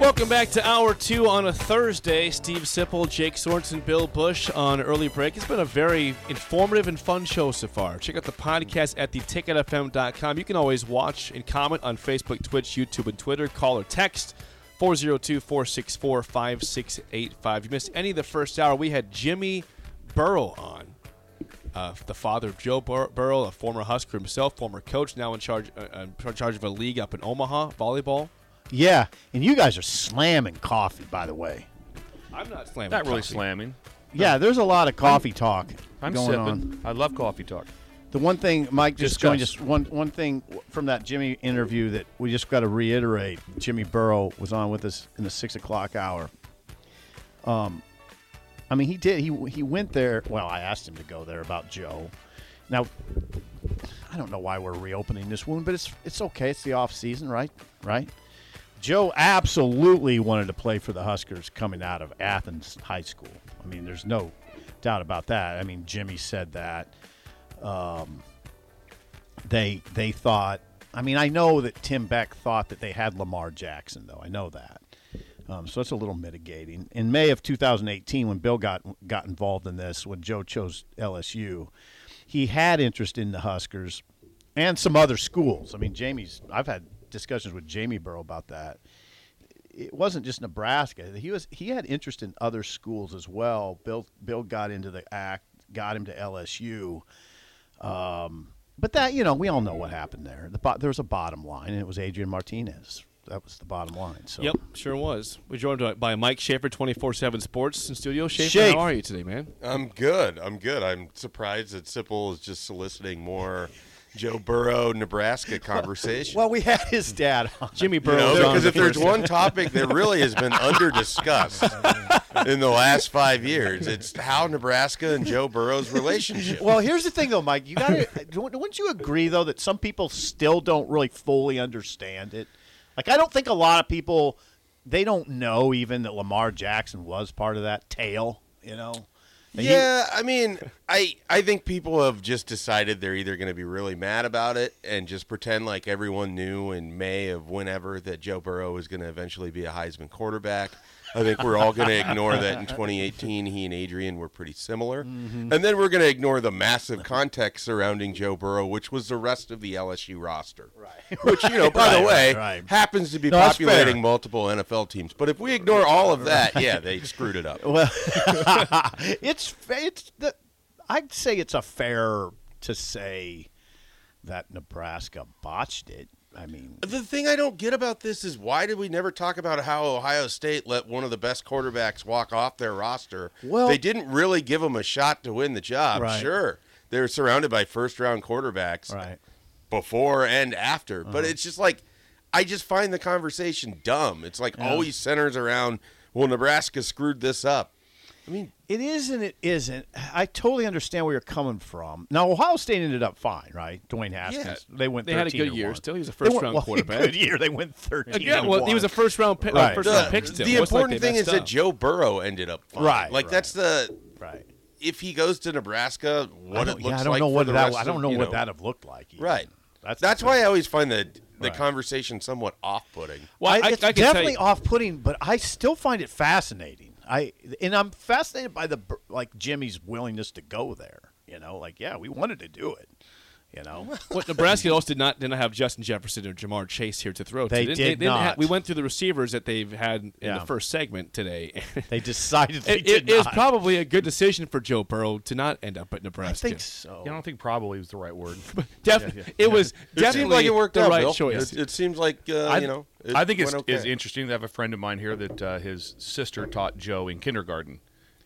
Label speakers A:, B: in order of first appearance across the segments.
A: Welcome back to hour two on a Thursday. Steve Sipple, Jake Sorensen, Bill Bush on early break. It's been a very informative and fun show so far. Check out the podcast at theticketfm.com. You can always watch and comment on Facebook, Twitch, YouTube, and Twitter. Call or text 402 464 5685. You missed any of the first hour, we had Jimmy Burrow on. uh, the father of Joe Bur- Burrow, a former Husker himself, former coach, now in charge uh, uh, in charge of a league up in Omaha volleyball.
B: Yeah, and you guys are slamming coffee, by the way.
A: I'm not slamming.
C: Not really
A: coffee.
C: slamming.
B: Yeah, there's a lot of coffee talk
C: I'm
B: going
C: sipping.
B: on.
C: I love coffee talk.
B: The one thing Mike just
C: Discuss.
B: joined us. One one thing from that Jimmy interview that we just got to reiterate. Jimmy Burrow was on with us in the six o'clock hour. Um, I mean, he did. He he went there. Well, I asked him to go there about Joe. Now, I don't know why we're reopening this wound, but it's it's okay. It's the off season, right? Right. Joe absolutely wanted to play for the Huskers coming out of Athens High School. I mean, there's no doubt about that. I mean, Jimmy said that they they thought. I mean, I know that Tim Beck thought that they had Lamar Jackson, though. I know that. Um, so it's a little mitigating. In May of 2018, when Bill got got involved in this, when Joe chose LSU, he had interest in the Huskers and some other schools. I mean, Jamie's. I've had discussions with Jamie Burrow about that. It wasn't just Nebraska. He was he had interest in other schools as well. Bill Bill got into the act, got him to LSU. Um, But that, you know, we all know what happened there. The bo- there was a bottom line, and it was Adrian Martinez. That was the bottom line. So
A: Yep, sure was. We're joined by Mike Schaefer, 24 7 Sports in studio. Schaefer,
B: Schaefer.
A: how are you today, man?
D: I'm good. I'm good. I'm surprised that Sipple is just soliciting more Joe Burrow Nebraska conversation.
B: Well, we had his dad on.
A: Jimmy
D: you know,
A: Burrow's on
D: because if
A: the
D: there's
A: first-
D: one topic that really has been under discussed in the last five years, it's how Nebraska and Joe Burrow's relationship.
B: Well, here's the thing, though, Mike. You got to. wouldn't you agree, though, that some people still don't really fully understand it? Like, I don't think a lot of people they don't know even that Lamar Jackson was part of that tail. You know. And he-
D: Yeah, I mean, I I think people have just decided they're either going to be really mad about it and just pretend like everyone knew in May of whenever that Joe Burrow was going to eventually be a Heisman quarterback. I think we're all going to ignore that in 2018 he and Adrian were pretty similar.
B: Mm-hmm.
D: And then we're going to ignore the massive context surrounding Joe Burrow, which was the rest of the LSU roster. Right. Which, you know, by the
B: Right,
D: way,
B: right.
D: happens to be
B: No, that's fair.
D: populating multiple NFL teams. But if we ignore all of that, yeah, they screwed it up.
B: Well, it's it's the I'd say it's a fair to say that Nebraska botched it. I mean,
D: The thing I don't get about this is why did we never talk about how Ohio State let one of the best quarterbacks walk off their roster?
B: Well-
D: they didn't really give him a shot to win the job.
B: Right.
D: Sure, they were surrounded by first round quarterbacks
B: right? Uh-huh.
D: before and after, but it's just like I just find the conversation dumb. It's like always centers around well, Nebraska screwed this up. I mean,
B: It is and it isn't. I totally understand where you're coming from. Now Ohio State ended up fine, right? Dwayne Haskins. They went.
A: They had a
B: 13
A: good
B: and
A: year
B: one.
A: still. He was a
B: They went-
A: first-round
B: well,
A: quarterback.
B: Good year. They went thirteen.
A: Again,
B: and
A: well,
B: one.
A: he was a first round pick.
B: Right.
A: First
D: the,
A: round pick still.
D: the
A: It wasn't like
D: important
A: they
D: thing is
A: messed
D: that
A: up.
D: Joe Burrow ended up fine.
B: Right,
D: like
B: right.
D: that's the
B: right.
D: if he goes to Nebraska,
B: I
D: what
B: don't,
D: it looks
B: yeah, I don't
D: like
B: know
D: for
B: what
D: the
B: that.
D: rest
B: I don't
D: of,
B: know
D: you
B: what that would have looked like. even.
D: Right.
B: That's
D: That's
B: the
D: that's
B: thing.
D: why I always find the the
B: Right.
D: conversation somewhat off-putting.
A: Well, I, I,
B: it's
A: I can tell
B: definitely
A: you,
B: off-putting, but I still find it fascinating. I and I'm fascinated by the br- like Jimmy's willingness to go there. You know, like yeah, we wanted to do it. You know,
A: what Nebraska also did not did not have Justin Jefferson or Jamar Chase here to throw. to.
B: They
A: didn't-
B: did
A: didn't ha-
B: not.
A: we went through the receivers that they've had in
B: Yeah.
A: the first segment today.
B: they decided they
A: it
B: did
A: it is
B: not.
A: probably a good decision for Joe Burrow to not end up at
B: I
A: Nebraska.
B: think
D: Oh.
B: so.
C: Yeah, I don't think probably was the right word.
A: Def- It was
D: It
A: definitely
D: seemed like it worked
A: the
D: out,
A: right
D: Bill.
A: choice.
D: It, it seems like uh, you know. It
C: I think it's,
D: went
C: it's
D: okay.
C: interesting. I have a friend of mine here that uh, his sister taught Joe in kindergarten,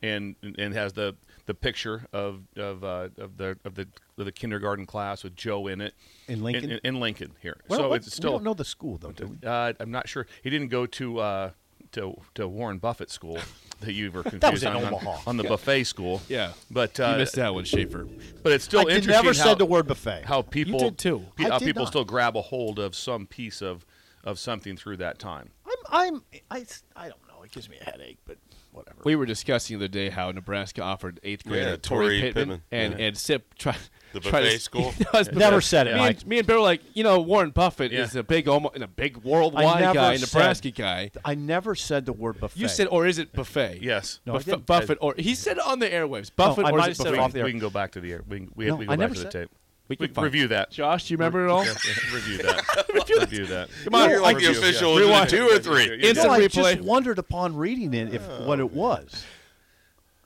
C: and and has the the picture of of uh, of the of the of the kindergarten class with Joe in it
B: In Lincoln?
C: in, in Lincoln here.
B: Well,
C: so
B: what-
C: it's still
B: we don't know the school though, do we?
C: Uh, I'm not sure. He didn't go to uh, to to Warren Buffett School that you were confused
B: was in
C: on, on-
B: Omaha.
C: on the buffet school.
A: Yeah.
C: but
A: you
C: uh,
A: missed that one, Schaefer.
C: But it's still
B: I did-
C: interesting.
B: never
C: how,
B: said the word buffet.
C: How people
A: did too.
C: pe-
B: I
C: how
B: did
C: people
B: not.
C: still grab a hold of some piece of of something through that time.
B: I'm, I'm, I, s- I don't know. It gives me a headache, but whatever.
A: We were discussing the other day how Nebraska offered eighth grader
D: Yeah,
A: Tori,
D: Tory
A: Pittman,
D: Pittman,
A: and
D: yeah.
A: and Sip try
D: The
A: try to-
D: buffet school?
A: No, it's
B: Never
A: buffet.
B: said it,
A: Me
B: Mike.
A: and, me and Bill were like, you know, Warren Buffett
C: Yeah.
A: is a big Oma- and a big worldwide
B: never
A: guy,
B: said-
A: Nebraska guy.
B: I never said the word buffet.
A: You said, or is it buffet?
C: Yes.
B: No, I
A: Buff-
B: didn't.
A: Buffett, or he said it on the airwaves, Buffett
B: I
A: or
B: might
A: is
B: have
A: it
B: said
A: buffet?
B: off the air.
C: we can go back to the air. We, we,
B: No,
C: we
B: I
C: can go
B: never
C: back to the
B: said-
C: tape.
A: we can
C: We can
A: find-
C: review that.
A: Josh, do you remember it all?
C: review that. review that.
A: Come on,
D: You're like the
C: Review, yeah.
D: official. Is it
A: Rewind.
D: a two or three?
C: Yeah,
A: Instant
B: no, I
A: replay.
B: just wondered upon reading it if
C: Oh,
B: what it was.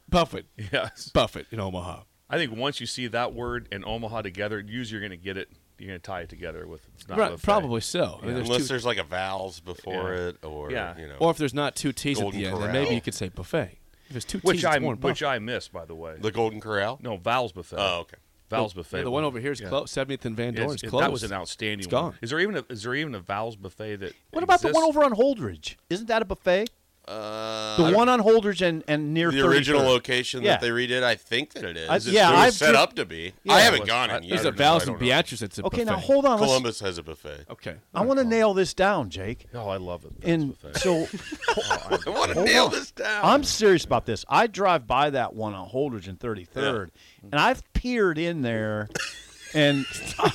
A: Buffett,
C: Yes.
A: Buffett in Omaha.
C: I think once you see that word and Omaha together, usually you're going to get it. You're going to tie it together with it's not
A: Right,
C: buffet.
A: probably so. I mean, there's
D: Unless
A: two-
D: there's like a vowels before
C: Yeah.
D: it, or
C: Yeah.
D: you know,
A: or if there's not two T's at
D: Golden
A: the end, then
D: Corral.
A: maybe you could say buffet. If there's two
C: which
A: T's,
C: I
A: it's Warren
C: which
A: Buffett.
C: I miss by the way.
D: the Golden Corral.
C: no vowels buffet.
D: Oh, okay.
C: Vowels buffet.
A: Yeah, the one over here is closed. 70th and Van Dorn
C: It's-
A: is
C: it-
A: closed.
C: That was an outstanding.
A: It's
C: one.
A: gone.
C: Is there even a, is there even a vowels buffet that?
B: What about the
C: exists?
B: one over on Holdridge? Isn't that a buffet?
D: Uh,
B: The one on Holdridge and, and near
D: the original
B: 33rd.
D: location
B: Yeah.
D: that they redid, I think that it is.
B: I-
D: It's-
B: yeah,
D: it was
B: I've
D: set
B: dri-
D: up to be.
B: Yeah.
D: I haven't gone in yet.
A: There's a
D: No,
A: Val's and
D: I don't know.
A: Beatrice. It's a
B: Okay, now
A: buffet.
B: hold on. Let's,
D: Columbus has a buffet.
A: Okay.
B: I want to nail this down, Jake.
C: Oh, I love it. Vowels
B: And
C: buffet.
B: so
D: I want to
B: Hold
D: nail
B: on.
D: this down.
B: I'm serious about this. I drive by that one on Holdridge and 33rd, and I've peered in there, and I,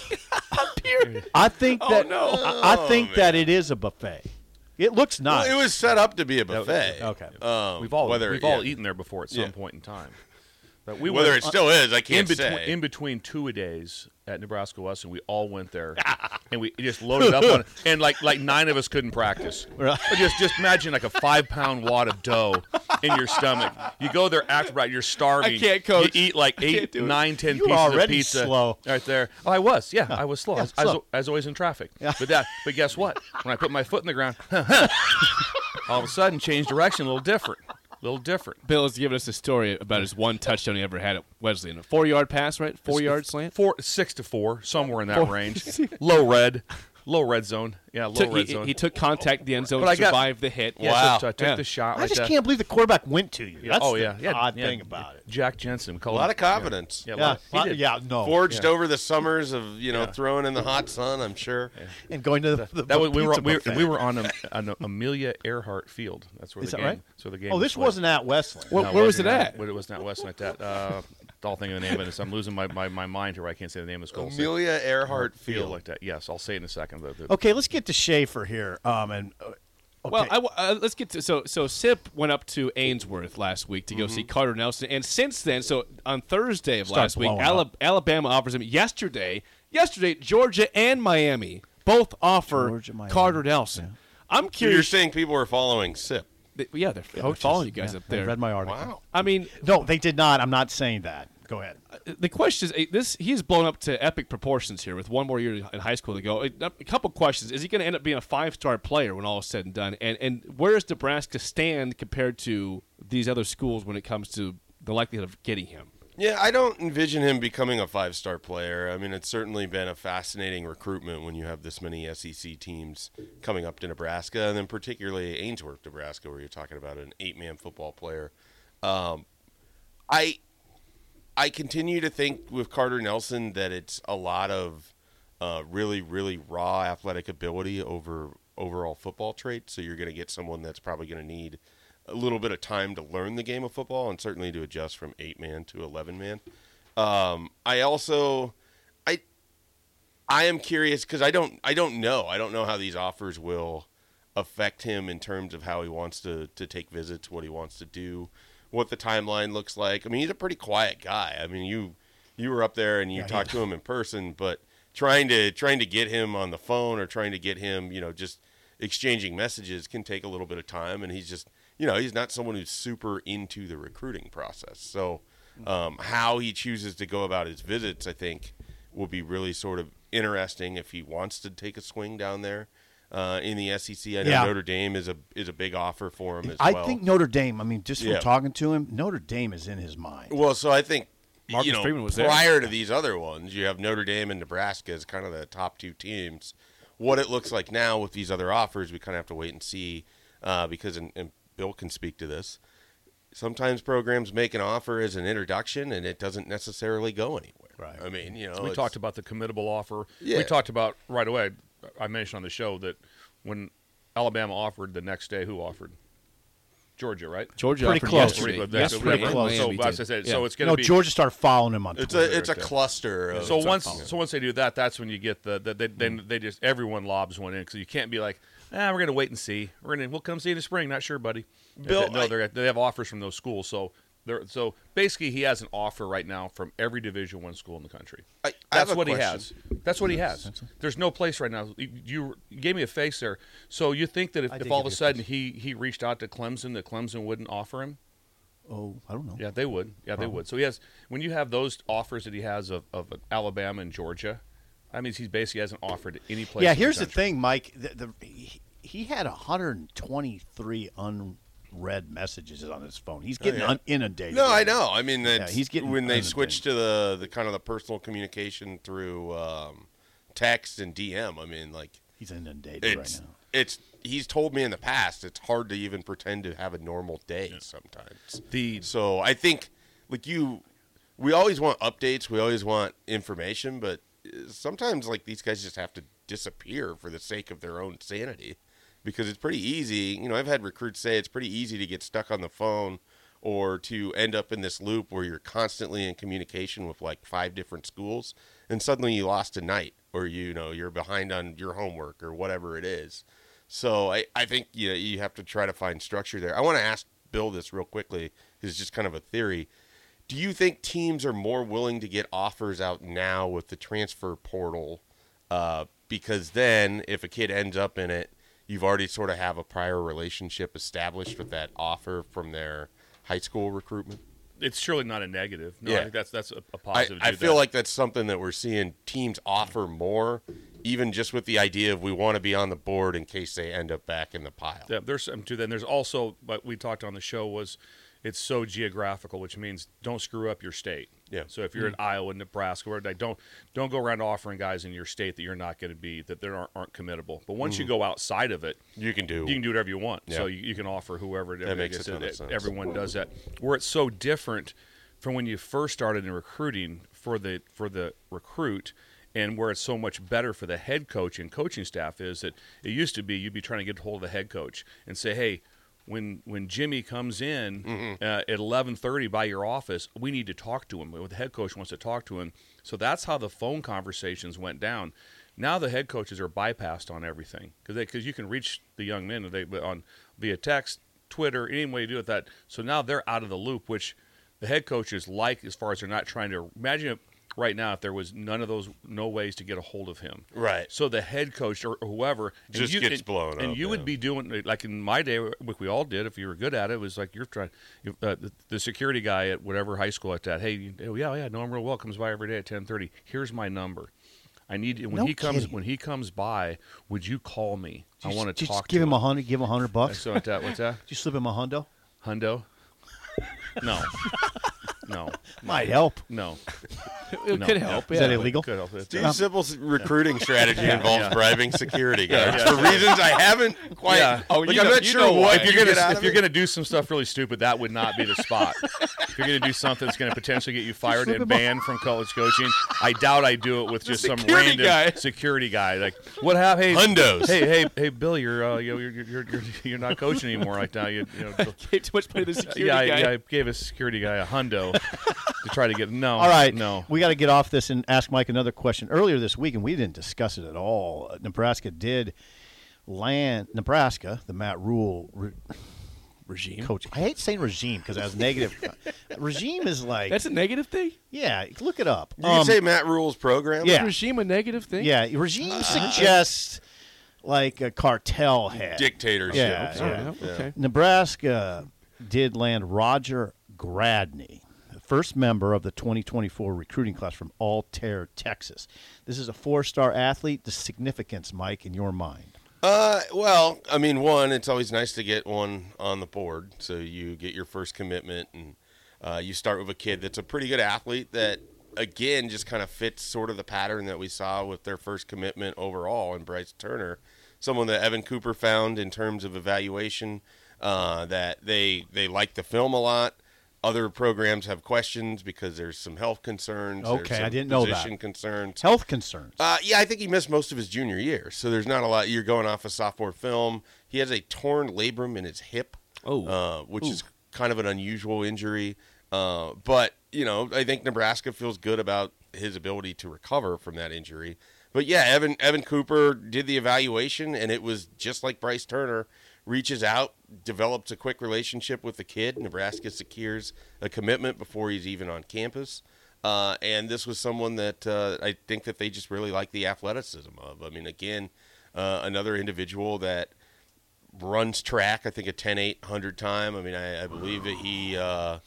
B: think
C: Oh,
B: that I, I think that it is a buffet. It looks nice.
D: Well, it was set up to be a buffet.
B: okay.
D: Um,
C: we've all
D: whether,
C: we've all
D: yeah.
C: eaten there before at some
D: Yeah.
C: point in time. But we
D: Whether
C: went-
D: it still is, I
C: in
D: can't
C: between
D: say.
C: in between two a days at Nebraska Wesleyan, we all went there and we just loaded up on it. And like like nine of us couldn't practice. But just just imagine like a five pound wad of dough in your stomach. You go there after right, you're starving.
A: I can't, coach.
C: You eat like
A: can't
C: eight,
A: do it.
C: nine, ten
B: You were
C: pieces of
B: already
C: pizza.
B: slow.
C: Right there. Oh, I was. Yeah, I was slow.
B: Yeah,
C: I, was, I was-
B: slow.
C: I was always in traffic. But that but guess what? When I put my foot in the ground, all of a sudden changed direction, a little different. A little different.
A: Bill has given us a story about his one touchdown he ever had at Wesleyan. A four yard pass, right? Four yard slant?
C: four six to four, somewhere in that range. low red, low red zone. Yeah, low
A: Took- he,
C: red zone.
A: he- he took contact in the end zone,
C: But I got-
A: survived the hit.
C: yeah, so- so I took
A: Yeah.
C: the shot.
B: I
C: like
B: just
C: that.
B: can't believe the quarterback went to you. That's
C: oh
B: the
C: yeah, yeah.
B: odd
C: yeah.
B: thing about it.
C: Jack Jensen.
D: a lot of confidence.
C: Yeah, a
B: Yeah,
C: lot. He
B: lot-
C: did.
B: Oh, yeah, no.
D: Forged over the summers of you know throwing in the hot sun. I'm sure.
B: and going to the, the
C: That was, we were
B: pizza
C: we, were-
B: buffet.
C: we were on a, on a- Amelia Earhart Field. That's where
B: Is
C: the
B: that
C: game.
B: right?
C: So the game.
B: Oh,
C: was
B: this
C: played.
B: wasn't at Wesleyan.
A: Where,
C: No,
A: where was it
C: wasn't
A: at?
C: It was not Weston at that. Uh, I'll think of the name of it. I'm losing my, my, my mind here. I can't say the name of the school. So-
D: Amelia Earhart
C: Field
D: Field.
C: like that. Yes, I'll say it in a second. But the,
B: Okay, let's get to Schaefer here. Um, and uh, okay.
A: Well, I w uh, let's get to so so. Sip went up to Ainsworth last week to go
C: Mm-hmm.
A: see Carter Nelson, and since then, so on Thursday of
B: Start
A: last week,
B: blowing
A: Ala- Alabama offers him. Yesterday, yesterday, Georgia and Miami both offer
B: Georgia, Miami,
A: Carter Nelson. I'm
D: So You're
A: curious.
D: saying people were following SIP.
A: th- yeah, they're, they're following you guys up
B: I
A: there.
B: read my article.
A: I mean,
B: No, they did not. I'm not saying that. Go ahead.
A: the question is eh, this he's blown up to epic proportions here with one more year in high school to go Eh, a couple questions is he going to end up being a five-star player when all is said and done and and where does nebraska stand compared to these other schools when it comes to the likelihood of getting him
D: Yeah, I don't envision him becoming a five star player. I mean, it's certainly been a fascinating recruitment when you have this many SEC teams coming up to Nebraska, and then particularly Ainsworth, Nebraska, where you're talking about an eight man football player. Um, I I continue to think with Carter Nelson that it's a lot of uh, really, really raw athletic ability over overall football traits. So you're going to get someone that's probably going to need a little bit of time to learn the game of football and certainly to adjust from eight man to eleven man. Um, I also, I, I am curious because I don't, I don't know, I don't know how these offers will affect him in terms of how he wants to to take visits, what he wants to do, what the timeline looks like. I mean, he's a pretty quiet guy. I mean, you you were up there and you talked to him in person, but trying to trying to get him on the phone or trying to get him, you know, just exchanging messages can take a little bit of time and he's just you know he's not someone who's super into the recruiting process so um, how he chooses to go about his visits i think will be really sort of interesting if he wants to take a swing down there uh, in the SEC. I know
B: Yeah.
D: Notre Dame is a is a big offer for him as
B: I
D: well.
B: think Notre Dame. I mean, just from
D: Yeah.
B: talking to him, Notre Dame is in his mind.
D: Well, so I think
A: Marcus
D: you know,
A: Freeman was there.
D: prior to these other ones, you have Notre Dame and Nebraska as kind of the top two teams. What it looks like now with these other offers, we kind of have to wait and see uh, because, and, and Bill can speak to this. Sometimes programs make an offer as an introduction, and it doesn't necessarily go anywhere.
B: Right.
D: I mean, you know,
C: we
D: it's-
C: talked about the committable offer.
D: Yeah.
C: We talked about right away. I mentioned on the show that when Alabama offered the next day, who offered? Georgia, right?
A: Georgia
B: Pretty
A: offered
B: close.
A: yesterday.
C: Pretty close.
A: Yes,
C: That's
A: pretty
C: what
A: close.
C: So,
A: Miami
C: as I
A: did.
C: said,
A: Yeah.
C: so it's going to
B: No,
C: be
B: Georgia started following him on
D: It's
B: Twitter.
D: a it's a
C: right there.
D: cluster. Of,
C: So once so once they do that, that's when you get the, the they,
D: Hmm.
C: then they just everyone lobs one in because you can't be like, ah, we're gonna wait and see. We're gonna we'll come see you in the spring. Not sure, buddy.
D: Bill,
C: no,
D: I-
C: they're, they have offers from those schools. So they're so basically he has an offer right now from every Division one school in the country.
D: I- I have
C: that's
D: a
C: what he
D: question.
C: has. That's what he has. There's no place right now. You, you- you gave me a face there. So you think that if, if all of a sudden he he reached out to Clemson, that Clemson wouldn't offer him?
B: oh, I don't know.
C: Yeah, they would. Yeah, they would. So he has when you have those offers that he has of, of Alabama and Georgia, I mean, he's basically hasn't offered any place.
B: yeah,
C: in
B: here's the
C: country.
B: thing, Mike. The, the, he, he had 123 unread messages on his phone. He's getting
D: yeah.
B: un- inundated.
D: No, I know. I mean, that's
B: he's getting
D: when they
B: inundated.
D: switched to the the kind of the personal communication through um, text and DM. I mean, like
B: He's inundated
D: it's
B: right now.
D: it's he's told me in the past it's hard to even pretend to have a normal day sometimes.
C: The
D: So I think like you, we always want updates. We always want information, but uh, sometimes like these guys just have to disappear for the sake of their own sanity, because it's pretty easy. You know, I've had recruits say it's pretty easy to get stuck on the phone or to end up in this loop where you're constantly in communication with like five different schools, and suddenly you lost a night, or you know you're behind on your homework or whatever it is. So I, I think you know, you have to try to find structure there. I want to ask Bill this real quickly. This is just kind of a theory. Do you think teams are more willing to get offers out now with the transfer portal? Uh, because then, if a kid ends up in it, you've already sort of have a prior relationship established with that offer from their high school recruitment.
C: it's surely not a negative. No,
D: Yeah.
C: I think that's that's a, a
D: I,
C: positive. to
D: I
C: do
D: feel
C: that.
D: like that's something that we're seeing teams offer more, even just with the idea of we want to be on the board in case they end up back in the pile.
C: Yeah, there's something to that. And there's also what we talked on the show was it's so geographical, which means don't screw up your state.
D: Yeah. Mm-hmm.
C: So if you're in Iowa, Nebraska, or like don't don't go around offering guys in your state that you're not going to be that there aren't, aren't committable. But once you go outside of it,
D: Mm-hmm. You can do
C: you can do whatever you want. So
D: Yeah.
C: you, you can offer whoever.
D: That makes a ton of
C: it-
D: sense.
C: Everyone does that. Where it's so different from when you first started in recruiting for the for the recruit, and where it's so much better for the head coach and coaching staff is that it used to be you'd be trying to get hold of the head coach and say, hey. When, when Jimmy comes in
D: Mm-hmm.
C: uh, at eleven thirty by your office, we need to talk to him. The head coach wants to talk to him, so that's how the phone conversations went down. Now the head coaches are bypassed on everything because because you can reach the young men they on via text, Twitter, any way to do it. That so now they're out of the loop, which the head coaches like as far as they're not trying to imagine it right now if there was none of those no ways to get a hold of him.
D: Right.
C: So the head coach or whoever and
D: Just gets
C: and-
D: blown
C: and
D: up,
C: you would
D: yeah.
C: be doing like in my day, like we all did. If you were good at it, it was like you're trying. you- Uh, the, the security guy at whatever high school at that. Hey, you, oh, yeah, yeah, I know him real well. Comes by every day at ten thirty. Here's my number. I need and when
B: No
C: he comes
B: kidding.
C: when he comes by. Would you call me?
B: Did
C: I
B: you just-
C: want
B: did
C: to
B: you just
C: talk.
B: Give
C: to
B: him a hundred. Give him a hundred bucks.
C: So what's that? What's that?
B: Did you slip him a hundo?
C: Hundo? No. No.
B: Might help.
C: No.
A: It
C: No.
A: could help.
B: Is
A: yeah.
B: that illegal?
C: Could help. It's-
D: Steve Sippel's recruiting strategy involves bribing security guards
C: yeah,
D: for reasons I haven't quite.
C: Yeah.
D: Oh,
C: Oh,
D: like,
C: you
D: I'm
C: know-
D: not
C: you
D: sure
C: know
D: what
C: If you're
D: get out
C: gonna
D: of
C: if you're
D: it.
C: gonna do some stuff really stupid, that would not be the spot. if you're gonna do something that's gonna potentially get you fired and banned from college coaching, I doubt I do it with just some
D: security
C: random
D: guy.
C: security guy. Like what happened? Hey,
D: Hundos.
C: Hey, hey, hey, Bill, you're uh, you're, you're you're you're you're not coaching anymore right now. You, you know,
A: Gave too much money to the security
C: yeah, I,
A: guy.
C: yeah, I gave a security guy a hundo to try to get no.
B: All right,
C: no.
B: we got to get off this and ask Mike another question. Earlier this week, and we didn't discuss it at all. uh, Nebraska did land Nebraska, the Matt Rule re-
A: Regime.
B: coach. I hate saying regime because that's negative. regime is like
A: That's a negative thing.
B: yeah. Look it up.
D: you can say Matt Rule's program.
B: Um, yeah.
A: Is regime a negative thing?
B: yeah, regime
A: Uh,
B: suggests like a cartel head.
D: Dictatorship.
B: Yeah,
A: All
D: sort
A: right,
D: of, yeah.
A: Okay.
B: Nebraska did land Roger Gradney, the first member of the 2024 recruiting class from Altair, Texas. This is a four star athlete. The significance, Mike, in your mind.
D: Uh, well, I mean, one, it's always nice to get one on the board, so you get your first commitment, and uh, you start with a kid that's a pretty good athlete that, again, just kind of fits sort of the pattern that we saw with their first commitment overall in Bryce Turner, someone that Evan Cooper found in terms of evaluation. Uh, that they they like the film a lot. Other programs have questions because there's some health concerns. there's
B: Okay, I
D: some
B: didn't know that.
D: position concerns.
B: Health concerns.
D: Uh, yeah, I think he missed most of his junior year, so there's not a lot. You're going off a sophomore film. He has a torn labrum in his hip,
A: Oh.
D: uh, which is kind of an unusual injury. Uh, but you know, I think Nebraska feels good about his ability to recover from that injury. But yeah, Evan Evan Cooper did the evaluation, and it was just like Bryce Turner reaches out, develops a quick relationship with the kid. Nebraska secures a commitment before he's even on campus. Uh, and this was someone that uh, I think that they just really like the athleticism of. I mean, again, uh, another individual that runs track. I think a 10 800 time. I mean, I, I believe that he uh,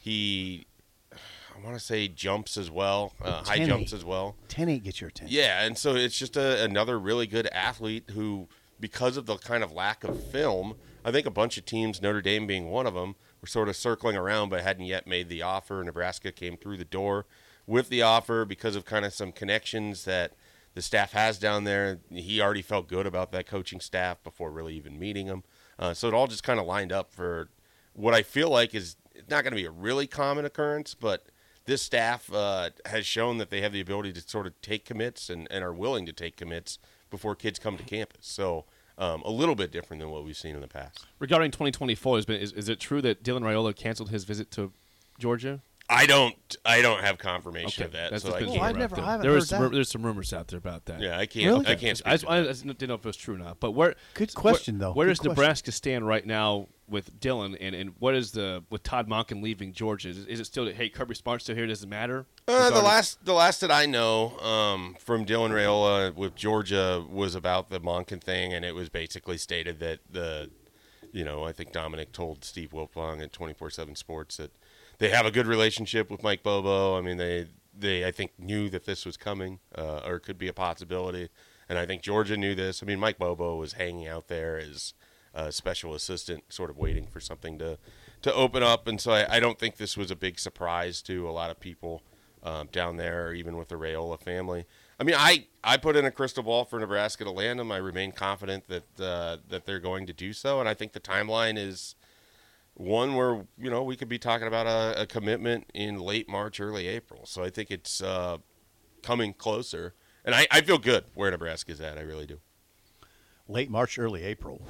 D: he I want to say jumps as well, uh, high
B: 10-8.
D: jumps as well.
B: Ten eight gets your ten.
D: Yeah, and so it's just a, another really good athlete who, because of the kind of lack of film, I think a bunch of teams, Notre Dame being one of them, were sort of circling around but hadn't yet made the offer. Nebraska came through the door with the offer because of kind of some connections that the staff has down there. He already felt good about that coaching staff before really even meeting them. Uh, so it all just kind of lined up for what I feel like is it's not going to be a really common occurrence, but this staff uh, has shown that they have the ability to sort of take commits and, and are willing to take commits before kids come to campus. So um, a little bit different than what we've seen in the past.
A: Regarding 2024, has been, is, is it true that Dylan Raiola canceled his visit to Georgia?
D: I don't I don't have confirmation of that.
A: that's
D: So
A: what's
D: I
A: been
B: Oh,
D: can't,
A: going
B: I've
A: around.
B: never- I haven't
A: there
B: heard
A: was some
B: that.
A: ru- there's some rumors out there about that.
D: yeah, I can't
B: Really?
D: I can't
A: I,
D: speak.
A: just,
D: to
A: I
D: that.
A: just didn't know if it was true or not. But where?
B: Good
A: where-
B: question, though.
A: Where
B: Good
A: does
B: question.
A: Nebraska stand right now with Dylan, and, and what is the with Todd Monken leaving Georgia? Is, is it still that hey Kirby Smart's still here? Doesn't matter.
D: Uh, the
A: Regarding-
D: last, the last that I know um, from Dylan Rayola with Georgia was about the Monken thing, and it was basically stated that the, you know, I think Dominic told Steve Wilpong at twenty four seven Sports that they have a good relationship with Mike Bobo. I mean, they they I think knew that this was coming uh, or could be a possibility, and I think Georgia knew this. I mean, Mike Bobo was hanging out there as a special assistant, sort of waiting for something to to open up, and so I, I don't think this was a big surprise to a lot of people um, down there, or even with the Rayola family. I mean, I, I put in a crystal ball for Nebraska to land them. I remain confident that uh, that they're going to do so, and I think the timeline is one where you know we could be talking about a, a commitment in late March, early April. So I think it's uh, coming closer, and I, I feel good where Nebraska's at. I really do.
B: Late March, early April.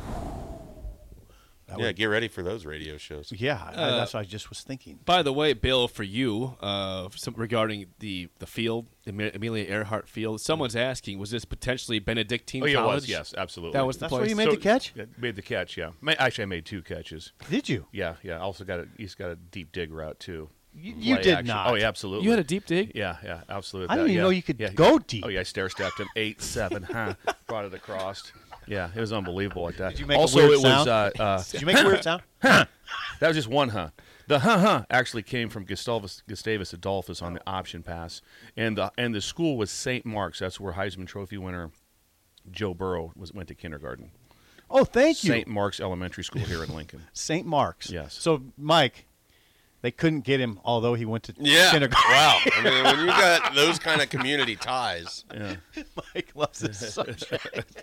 B: That
D: yeah,
B: would-
D: get ready for those radio shows.
B: yeah. I- that's what I just was thinking.
A: By the way, Bill, for you, uh, some, regarding the the field, Emi- Amelia Earhart Field, someone's asking, was this potentially Benedictine
C: Oh, yeah, it
A: College?
C: was. Yes, absolutely.
A: That was the
B: That's
A: place.
B: where you made the catch.
C: Yeah, made the catch. Yeah, Ma- actually, I made two catches.
B: Did you?
C: Yeah, yeah. Also got a he's got a deep dig route too.
B: You- you
C: Play
B: did
C: action.
B: not.
C: Oh yeah, absolutely.
A: You had a deep dig.
C: Yeah, yeah, absolutely.
B: I didn't
C: That-
B: even
C: yeah,
B: know you could
C: yeah.
B: go deep.
C: Oh yeah, I stair stepped him eight seven. Huh? Brought it across. Yeah, it was unbelievable like that.
B: Did you make a
C: also,
B: weird
C: it
B: sound?
C: was uh, uh,
B: Did you make a weird sound?
C: that was just one huh. The huh huh actually came from Gustavus Gustavus Adolphus on the option pass, and the and the school was St. Mark's. That's where Heisman Trophy winner Joe Burrow was went to kindergarten.
B: Oh, thank you.
C: St. Mark's Elementary School here in Lincoln.
B: St. Mark's.
C: Yes.
B: So, Mike, they couldn't get him, although he went to
D: Yeah.
B: kindergarten.
D: Wow. I mean, when you got those kind of community ties,
C: Yeah.
B: Mike loves this subject.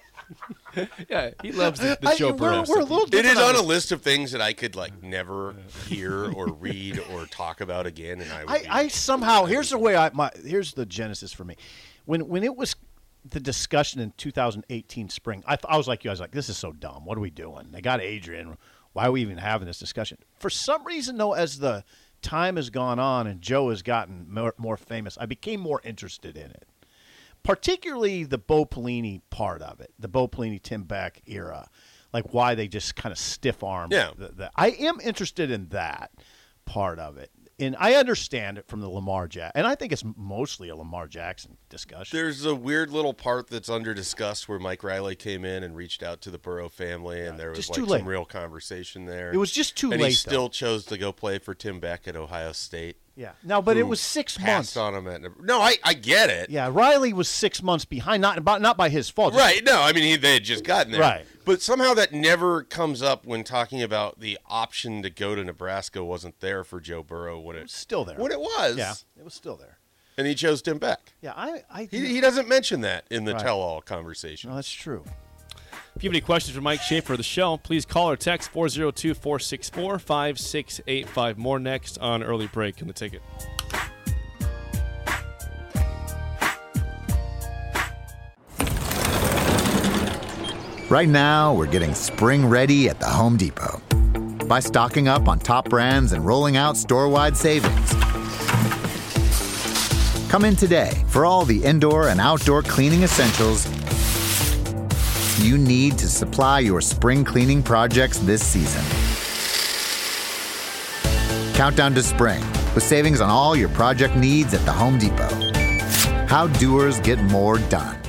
A: Yeah, he loves the, the
B: I-
A: Joe
B: we're,
A: Burrow.
B: we're a
A: stuff.
B: little
D: it
B: different
D: is on a
B: this.
D: list of things that I could like never hear or read or talk about again, and I would
B: I,
D: be-
B: I somehow here's the way I my here's the genesis for me. When when it was the discussion in 2018 spring, I, th- I was like you. I was like, this is so dumb. What are we doing? They got Adrian. Why are we even having this discussion? For some reason, though, as the time has gone on and Joe has gotten more, more famous, I became more interested in it particularly the Bo Pelini part of it, the Bo Pelini Tim Beck era, like why they just kind of stiff arm.
D: Yeah.
B: The, the, I am interested in that part of it, and I understand it from the Lamar Jack, and I think it's mostly a Lamar Jackson discussion.
D: There's a weird little part that's under discussed where Mike Riley came in and reached out to the Burrow family, and there was
B: just
D: like
B: too
D: some
B: late.
D: real conversation there.
B: It was just too
D: and
B: late.
D: he
B: though.
D: still chose to go play for Tim Beck at Ohio State.
B: Yeah. No, but it
D: who
B: was six months.
D: passed on him at Nebr- no. I I get it.
B: Yeah, Riley was six months behind, not about not by his fault. just-
D: Right. No, I mean he, they had just gotten there.
B: Right.
D: But somehow that never comes up when talking about the option to go to Nebraska wasn't there for Joe Burrow when
B: It's
D: it
B: Still there.
D: when it was.
B: Yeah, it was still there.
D: And he chose Tim Beck.
B: Yeah, I, I.
D: He, he doesn't mention that in the
B: Right.
D: tell-all conversation.
B: no, that's true.
A: If you have any questions for Mike Schaefer of the show, please call or text 402 464 5685. More next on Early Break in the Ticket.
E: Right now, we're getting spring ready at the Home Depot by stocking up on top brands and rolling out store wide savings. Come in today for all the indoor and outdoor cleaning essentials you need to supply your spring cleaning projects this season. Countdown to spring with savings on all your project needs at the Home Depot. How doers get more done.